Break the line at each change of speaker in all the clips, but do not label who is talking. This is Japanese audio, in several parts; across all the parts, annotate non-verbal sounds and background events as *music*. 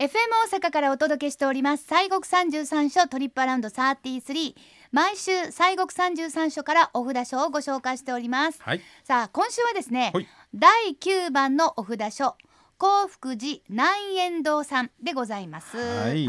FM 大阪からお届けしております西国三十三所トリップアラウンド33毎週西国三十三所からお札書をご紹介しております、
はい。
さあ今週はですね、
はい
第九番のお札書幸福寺南円堂さんでございます
はい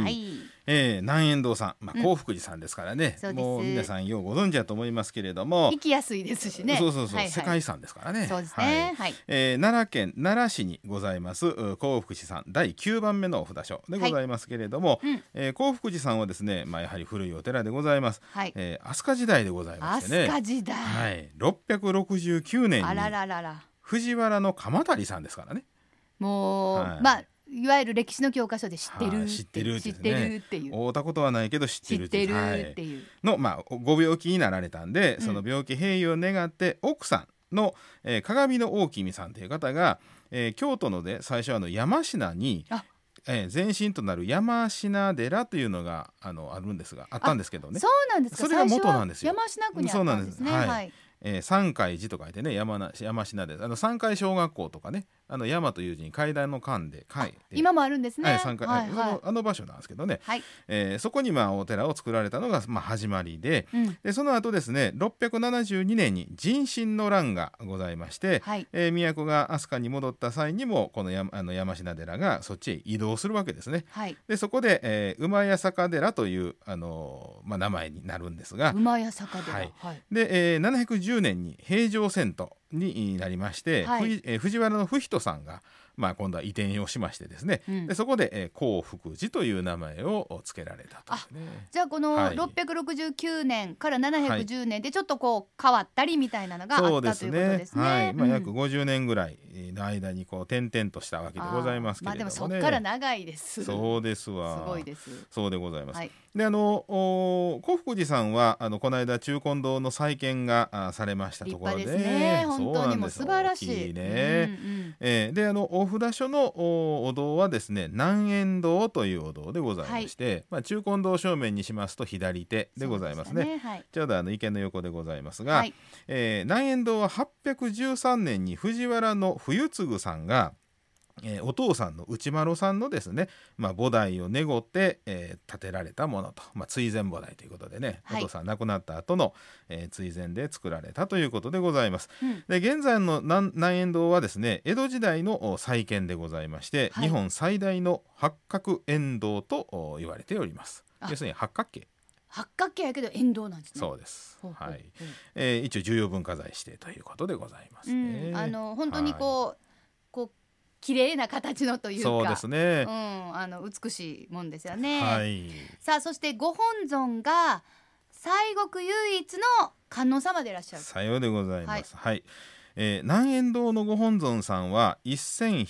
えー、南遠堂さん、まあ、
うん
幸福寺さんですからね、
そうです
もう皆さんようご存知だと思いますけれども
行、きやすいですしね
そうそうそう、
はいはい
世界遺産ですからね。
そうですね
は
は
い
い
えー奈良県奈良市にございますう幸福寺さん第9番目のお札所でございますけれども、
はいうん
えー幸福寺さんはですね、まあ、やはり古いお寺でございます、
はい
えー飛鳥時代でございまして
飛鳥
ね、
時代、
はい、669年
あら
に
ららら
藤原の鎌足さんですからね
もう、
はい
まあいわゆる歴史の教科書で知ってるって、
はい知ってる
知っ
ですね
てるっていう
会うたことはないけど知っ
知
てる
ってる
は
っ
い
ていう、
の、まあ、ご病気になられたんで、
うん
その病気平癒を願って奥さんの、えー鏡の大君さんという方が、えー京都ので最初あの山科に
あ、
えー前身となる山科寺というのがあのあるんですがあったんですけどね
そ。うなんですか
それが元なんですよ
最初は山科にあったんですね
そうなんですはい
はい
えー三海寺と書いてね山な山科であの三海小学校とかねあの山という字に階段の間で階で
今もあるんですね、
はい三階、
はい
そ
はい
のあの場所なんですけどね、
はい
えーそこにまあお寺を作られたのがまあ始まりで、
うん
でその後ですね672年に人心の乱がございまして、
はい
えー都が飛鳥に戻った際にもこの山あの山科寺がそっちへ移動するわけですね。
はい
でそこで、えー馬屋坂寺という、あのーまあ、名前になるんですが、
馬屋坂では、は
はいいで、えー710年に平城遷都になりまして、
はい
ふいえー藤原の不比等さんが、まあ、今度は移転をしましてですね、
うん
でそこで、えー幸福寺という名前を付けられたというね、
じゃあこの
はい
669年から710年でちょっとこう変わったりみたいなのがあったということですね。
はい、まあ、
うん
約50年ぐらいの間にこう転々としたわけでございますけ
あーま
れどもね。
あでもそっから長いです。
そうです
す
わ。
ごいです。
そうでございます。
はい
で、あのお幸福寺さんはあのこの間中根堂の再建があされました
立
ところ
派で
で、
すね。本
そう
当
な
に
ん
もう
です
素晴らし
大
い。
きいね。
うん
えーであのお札所のおお堂はですね南円堂というお堂でございまして、まあ、中根堂正面にしますと左手
うん
でございます
そ
ね
うでしたはい。
ちょうどあの池の横でございますが、
はい
えー南円堂は813年に藤原の冬次さんが、えーお父さんの内丸さんのですね、まあ、菩提を願って、えー建てられたものと、まあ、追善菩提ということでね、
はい
お父さん亡くなった後の、えー追善で作られたということでございます。
うん
で現在の南南円堂はですね江戸時代のお再建でございまして、
はい
日本最大の八角円堂とお言われております
あ
要するに八角形
八角形やけど円道なんですね。
そうです、
ほうほうほう
はい、えー一応重要文化財指定ということでございます
う
ね、
ん、あの本当にこうこう綺麗な形のというか、
そうですね
う、ん、あの美しいもんですよね。
はい
さあそしてご本尊が西国唯一の観音様でいらっしゃる。
さようでございますはい、えー南円堂のご本尊さんは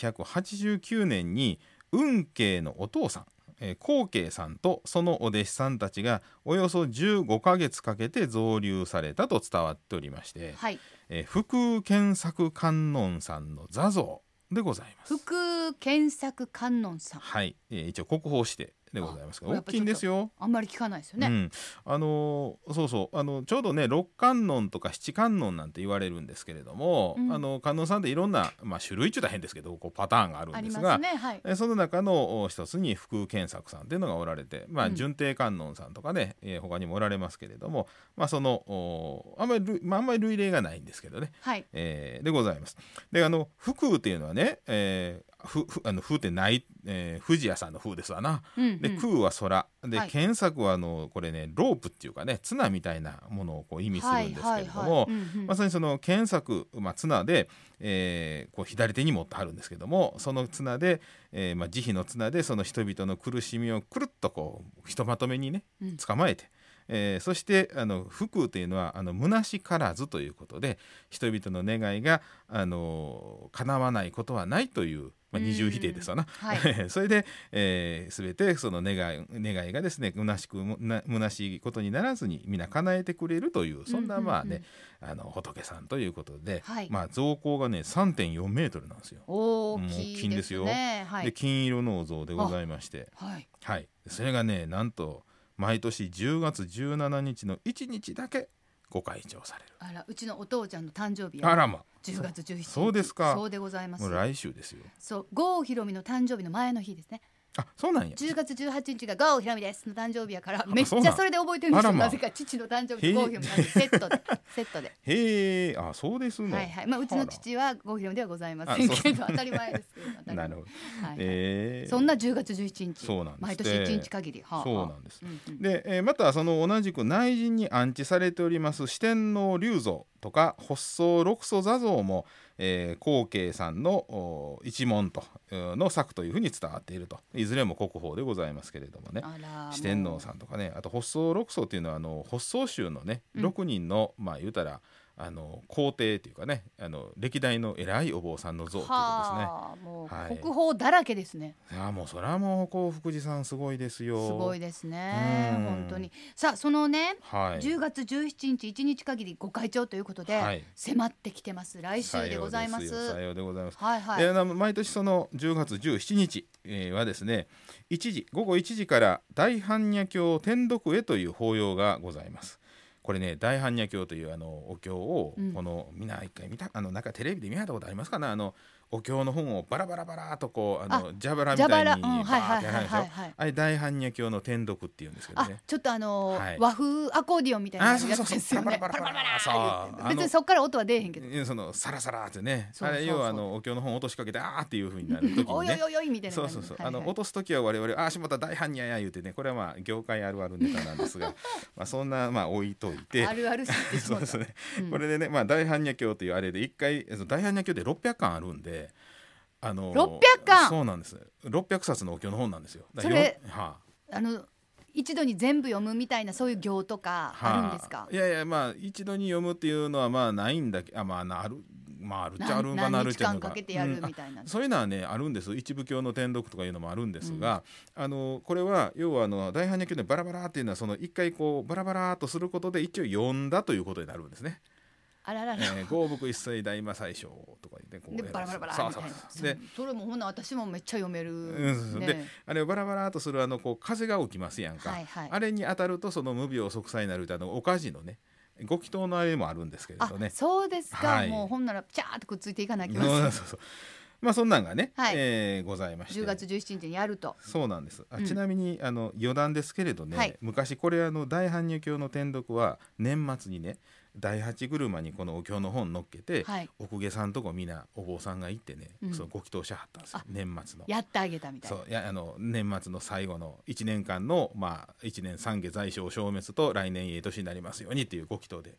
1189年に運慶のお父さんえー光慶さんとそのお弟子さんたちがおよそ15ヶ月かけて造立されたと伝わっておりまして、
はい、
えー、福建作観音さんの座像でございます。
福検索観音さん。
はい、えー一応国宝指定でございます
あ
が
や
大
っぱ
きいんですよ。
あんまり聞かないですよね。
うん、あのーそうそうあのちょうどね六観音とか七観音なんて言われるんですけれども、
うん
あの観音さんっていろんな、まあ、種類中大変ですけどこうパターンがある
あ
ん
り
です
ま
が
すね。はい。
えその中のお一つに福健作さんっていうのがおられて、
う
まあ、
ん
順帝観音さんとかね、えー他にもおられますけれども、まあ、そのおあんまり類、まあ、あんまり類例がないんですけどね、
はい。
えーでございます。であの福っていうのはね、えーふふあの風ってない、えー、富士屋さんの風ですわな。
うん、うん。
で空は空で、
はい
検索はあのこれねロープっていうかね綱みたいなものをこう意味するんですけれども、
はいはいはいうんうん
まさにその検索、まあ、綱で、えーこう左手に持ってあるんですけどもその綱で、えーまあ、慈悲の綱でその人々の苦しみをくるっとこうひとまとめにね
うん
捕まえて。えーそしてあの福というのはあの虚しからずということで人々の願いが、あの叶わないことはないという、まあ、二重否定ですわな、
うんは
*laughs* それで、えー、全てその願い願いがですね虚しくもな虚しいことにならずに皆叶えてくれるというそんな
うんうんうん
まあね、あの仏さんということで、
はい
まあ造高がね3.4メートルなんですよ。
大きいですね。は
で
い。
金色のお像でございまして、
はい。
はい、それがねなんと毎年10月17日の1日だけご開帳される。
あら、うちのお父ちゃんの誕生日
あ
や。
らま
10月17日。
そうですか
そうでございます
もう。来週ですよ。
そう、郷ひろみの誕生日の前の日ですね。
あそうなんや
10月18日が「ゴーひらみです」の誕生日やからめっち
そうな
ゃ
ん
それで覚えてるんです
あら
よ
ま
なぜか父の誕生日とゴーひらみ
へえ
セットでセット
*laughs*
で
へえあそうですの
はいはいまあうちの父はゴーひらみではございません
あそう
けど当たり前ですけど当た
あ
り
ら *laughs*
前
なるほど、
はいはい
えー
そんな10月11日
そうなんです
毎年1日限りはあ
そうなんです
うんうん
で、えーまたその同じく内陣に安置されております四天王龍像とか発想六祖座像も、えー、光慶さんのお一門とうんの作というふうに伝わっているといずれも国宝でございますけれどもね
あら
四天王
ん
さんとかねあと発想六祖というのはあの発想宗のね
うん
6人の、まあ言うたらあの皇帝というかねあの歴代の偉いお坊さんの像ということですね。
はあもう
はい
国宝だらけですね
いやもうそれはもう幸福寺さんすごいですよ。
すごいですね
うん
本当にさあそのね
はい。
10月17日1日限りご会長ということで
はい
迫ってきてます来週でございま
さようですよさ
す
ようでございます。
はいはい
えーな毎年その10月17日、えーはですね1時午後1時から大般若経天読へという法要がございます。これね大般若経というあのお経を、
うん
このみんな一回見たあのなんかテレビで見られたことありますかねあのお経の本をバラバラバラーとこうあの蛇腹み
蛇
たい
腹
に
うんはい
バーっ
はい
て
は
やる
い
でしょ
はいはい
あれ大般若経の天読っていうんですけど
あ
ね。
ちょっとあのー
はい
和風アコーディオンみたいな
あ
やつ
そうそうそう
ですよね
パラパラパラパラ
パラパラパラ
そう
別
あ
に
の
そっから音は出えへんけど
いやそのサラサラってね
そうそうそう
あれ要はあのお経の本落としかけてあーっていうふうになる
*laughs*
時
お
に
いお
ね
いおいおいみたいな
そ
感
う
じ
そうそう、
はいはい
あの落とす時は我々「ああしまった大犯人やや」言うてねこれはまあ業界あるあるネタなんで
*laughs*
すがまあそんなまあ置いといて
あるある知ってし
*laughs* そ
ま
う
っ
で
た
すね、
うん
これでね、まあ、大般若経というあれで一回その大般若経で600巻あるんであの
600巻
そうなんです600冊のお経の本なんですよだ
それ
よはあ
あの一度に全部読むみたいなそういう行とかあるんですか、
はあいやいやまあ一度に読むっていうのはまあないんだけあまあなあるまああるっちゃあるんか
何
なある
何
っ
日
ちゃあ
間
るんか
かけてやる
うんあ
みたいな、
そういうのはねあるんです一部教の天読とかいうのもあるんですが、あのこれは要はあの大般若経でバラバラっていうのはその一回こうバラバラっとすることで一応読んだということになるんですね。
あららら、
えー、合木一切大魔最小とか言ってこう
でバラバラバラ
そう
み
そ
た
う
いな
そう
そう
で
それもほな私もめっちゃ読める、
うんそうそう
ね
であれをバラバラっとするあのこう風が起きますやんか、
はいはい
あれに当たるとその無病息災になるってあのおかじのねご祈祷のあれもあるんですけれ
あ
どね
そうですか、
はい
もうほんならチャーっとくっついていかなきゃいけ
う
ま
ん
せん
そうそうまあそんなんがね、
はい
えーございまして
10月17日にやると
そうなんですあ、
うん
ちなみにあの余談ですけれどね、
はい
昔これあの大般若経の天読は年末にね第八車にこのお経の本乗っけて、
はい
お公家さんとこみんなお坊さんが行ってね、
うん
そのご祈祷しはったんですよ
あ
年末の。
やってあげたみたい
そ
な
ういやあの年末の最後の1年間の、まあ、1年三下財政消滅と来年いい年になりますようにっていうご祈祷で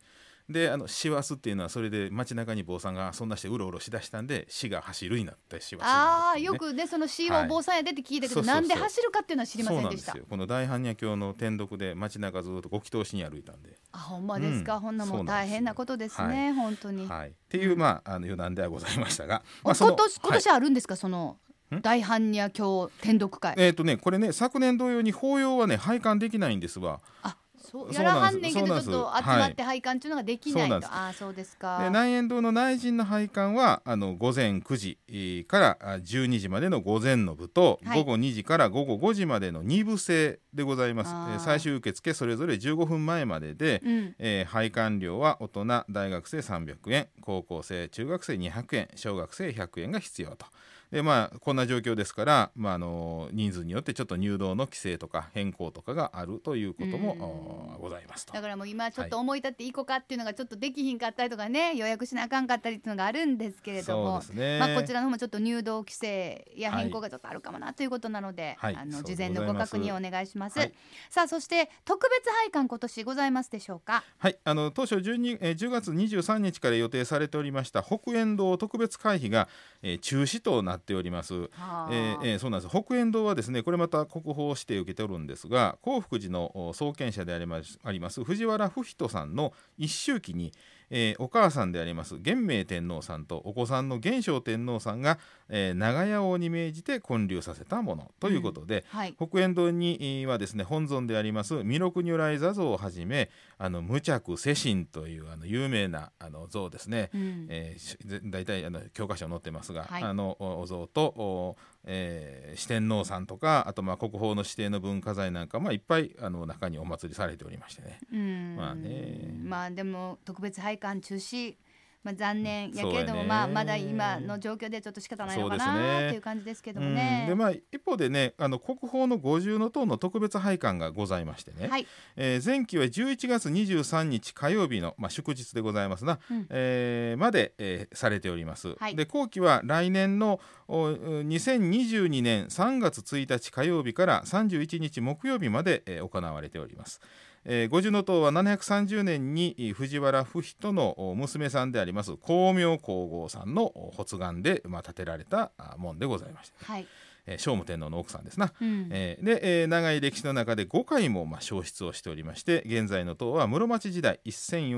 であの師走っていうのはそれで街中に坊さんがそんなしてうろうろしだしたんで死が走るになって師走にな
ああ
るってい
よ
うね
くねその C はお坊さんやでって聞いたけど、
はい
なんで
そうそうそう
走るかっていうのは知りませんでし
そう
た
なんですよこの大般若経の天読で街中ずっとご祈祷しに歩いたんで、
あほんまですか、
うん
ほんなも
そううなんですよ
大変なことですね、本当に、
はい、っていう、まあ、あの余談ではございましたが、ま
お
あ、その
今年今
はい
年あるんですか、その
ん
大般若経天読会
えっ、とねこれね昨年同様に法要はね拝観できないんですわ
あそう
そ
や
う
ら
な
は
ん
んね
で
ん
す
けどちょっと集
そうなんです
まって拝観っていうのができない
そ
と、
うなんです
ああそうです
で
か
南円堂の内陣の拝観はあの午前9時えーからあ12時までの午前の部と、
はい
午後2時から午後5時までの2部制でございます、え
あー
ー最終受付それぞれ15分前までで、
うん
えー配管料は大人大学生300円高校生中学生200円小学生100円が必要と。でまあ、こんな状況ですから、まあ、あの人数によってちょっと入道の規制とか変更とかがあるということもおございますと
だ。からもう今ちょっと思い立っていい子かっていうのがちょっとできひんかったりとかね予約しなあかんかったりっていうのがあるんですけれども、
そうですね
まあこちらの方もちょっと入道規制や
はい
変更がちょっとあるかもなということなので、
はい
あ
そ
の
うで
事
ご
前の
ざいます
ご確認をお願いします。
はい
さあそして特別拝観今年ございますでしょうか。
はい、あの当初12、えー10月23日から予定されておりました北円堂特別会費が、えー中止となっております。
はあ
えーえーそうなんです北円堂はですねこれまた国宝指定を受けておるんですが興福寺のお創建者でありますあります藤原不人さんの一周忌に、えーお母さんであります元明天皇さんとお子さんの元正天皇さんが、えー長屋王に命じて建立させたものということで、
はい。
北円堂にえーはですね本尊であります弥勒如来座像をはじめあの無着世神というあの有名なあの像ですね、
うん
えーしぜ大体あの教科書に載ってますが、
はい
あのおお像とお、えー四天王さんとかあとまあ国宝の指定の文化財なんか、まあ、いっぱいあの中にお祭りされておりましてね。
うん
まあね
まあでも特別拝観中止まあ、残念や
そう
け
や
れ
ね
ども、まあ、まだ今の状況でちょっと仕方ないのか
そうです
な
ね
っていう感じですけど
う
もね
ん。でまあ、一方でねあの国宝の五重塔の特別拝観がございましてね、
はい、
えー前期は11月23日火曜日の、まあ、祝日でございますな、
うん
えーまで、えーされております、
はい
で後期は来年のおう2022年3月1日火曜日から31日木曜日まで、えー行われておりますえー五重塔は730年にえー藤原不比のお娘さんであります光明皇后さんのお発願で、まあ、建てられたあ門でございました、
はい、
えー聖武天皇の奥さんですな、
うん、
えーで、えー長い歴史の中で5回もまあ消失をしておりまして現在の塔は室町時代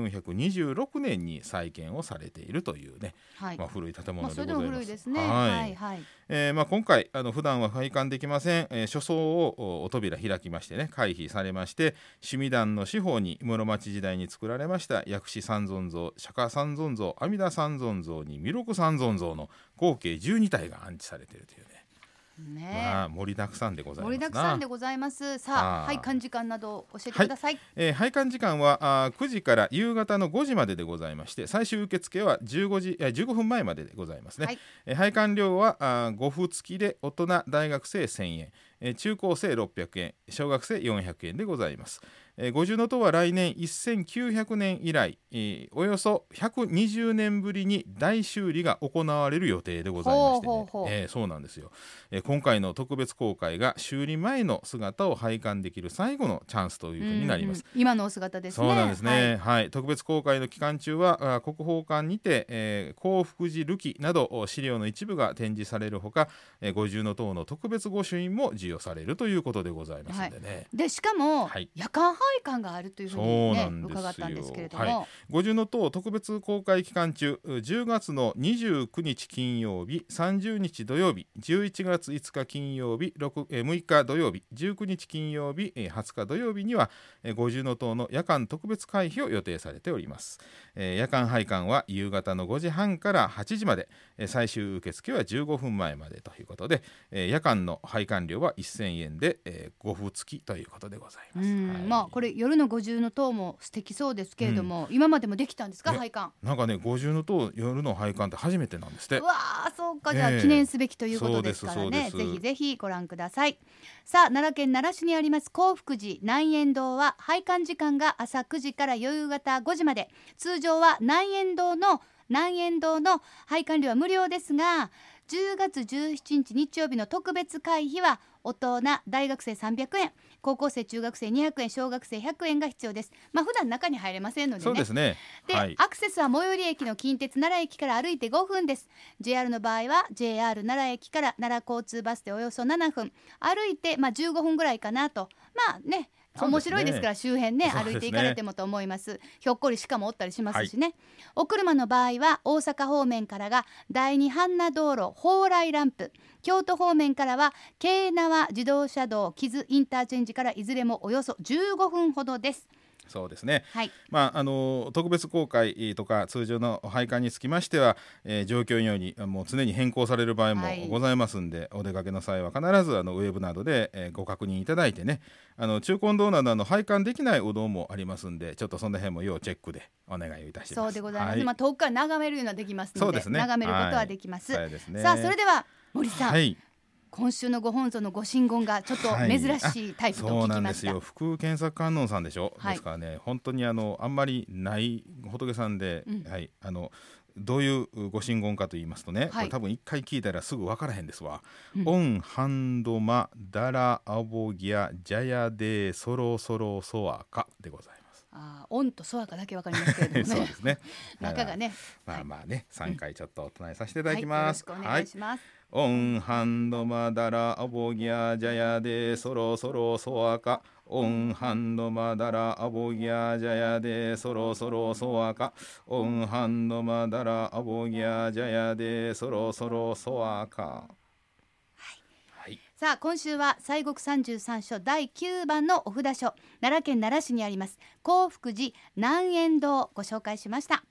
1426年に再建をされているというね、
はい。
まあ、古い建
まあ、
物で
そ
ご
れ
ざ
で
い
も
ます。
古いですね。
はい
はい、はい。
えーまあ、今回あの普段は拝観できません、えー、書葬をおお扉開きましてね回避されまして趣味団の四方に室町時代に作られました薬師三尊像釈迦三尊像阿弥陀三尊像に弥勒三尊像の合計12体が安置されているというねま
ね
あ盛りだくさんでご
え。
ざいますな
盛りだくさんでございます。さ
あ
あ、
ー
はい、漢時間など教えてください。
えー、拝観時間はあー9時から夕方の5時まででございまして最終受付は15時、えー、15分前まででございますね、
はい
えー拝観料はあ5付付きで大人大学生1000円、えー中高生600円小学生400円でございます、えー、五重塔は来年1900年以来、えーおよそ120年ぶりに大修理が行われる予定でございまして、ね
ほうほうほう
えーそうなんですよ、えー今回の特別公開が修理前の姿を拝観できる最後のチャンスというふうになります
うんうん今のお姿ですね。
そうなんですね、はい特別公開の期間中はあ国宝館にて、えー興福寺瑠璃などお資料の一部が展示されるほか、えー五重の塔の特別御朱印も授与されるということでございますのでね、
はい。で、しかも、
はい
夜間配管があるというふうに
そう
ね、
なんですよ
伺ったんですけれども。
は五重の塔特別公開期間中う10月の29日金曜日30日土曜日11月5日金曜日 6, えー6日土曜日19日金曜日えー20日土曜日にはえー五重の塔の夜間特別会費を予定されております、えー夜間拝観は夕方の5時半から8時まで、えー最終受付は15分前までということで、えー夜間の拝観料は1000円で、えー、5付付きということでございます、
うん
はい
まあこれ夜の五重の塔も素敵そうですけれども、今までもできたんですか
ね
拝観
なんかね五重の塔夜の拝観って初めてなんですって
うわあそうかじゃあ
ええ
記念すべきということですから
そうで
ね、
すそう
ぜ
です
ひぜひご覧くださいさあ奈良県奈良市にあります興福寺南円堂は拝観時間が朝9時から夕方5時まで通常は南円堂の南円堂の拝観料は無料ですが10月17日日曜日の特別会費は大人大学生300円高校生中学生200円小学生100円が必要ですまあ普段中に入れませんので
そう
ね
ですね
で、
はい
アクセスは最寄り駅の近鉄奈良駅から歩いて5分です JR の場合は JR 奈良駅から奈良交通バスでおよそ7分歩いてまあ15分ぐらいかなとまあね
そうですね
面白いですから周辺ね
そうです
歩
ね
いて行かれてもと思いますひょっこり鹿もおったりしますしね、お車の場合は大阪方面からが第二阪奈道路蓬莱ランプ京都方面からは京奈和自動車道木津インターチェンジからいずれもおよそ15分ほどです
そうですね
はい
まああの特別公開とか通常の拝観につきましては、えー状況によりあもう常に変更される場合も
はい
ございますんで、お出かけの際は必ずあのウェブなどで、えーご確認いただいてねあの中古堂などあの拝観できないお堂もありますんでちょっとその辺も要チェックでお願いをいたします
そうでございます、
は
まあ遠くから眺めるのはできます
そ
の
う
で
ですね
眺めることはできます、
そうですね
さあそれ
で
では森さん、
はい
今週のご本尊のご神言がちょっと
はい
珍しいタイプと
そう
聞
な
き
ん
ま
で
し
す
た、
よ副検索観音さんでしょ、
はい
ですからね本当にあのあんまりない仏さんで、はいあのどういうご神言かと言いますとね、こ
はい
れ多分一回聞いたらすぐ分からへんですわ。オンハンドマダラアボギアジャヤデーソロソロソアカでございます。
あーオンとソワカだけわかりますけれど
*laughs* そう
も
で
ね
すね。
*laughs* 中がね
まあまあね、三回ちょっとお唱えさせていた
は
だ
い
き
よ
ま
ろ
す
し。くお願いします、
オンハンドマダラアボギアジャヤデソロソロソアカオンハンドマダラアボギアジャヤデソロソロソアカオンハンドマダラアボギアジャヤデソロソロソアカはい
さあ今週は西国三十三所第九番のお札所奈良県奈良市にあります幸福寺南円堂をご紹介しました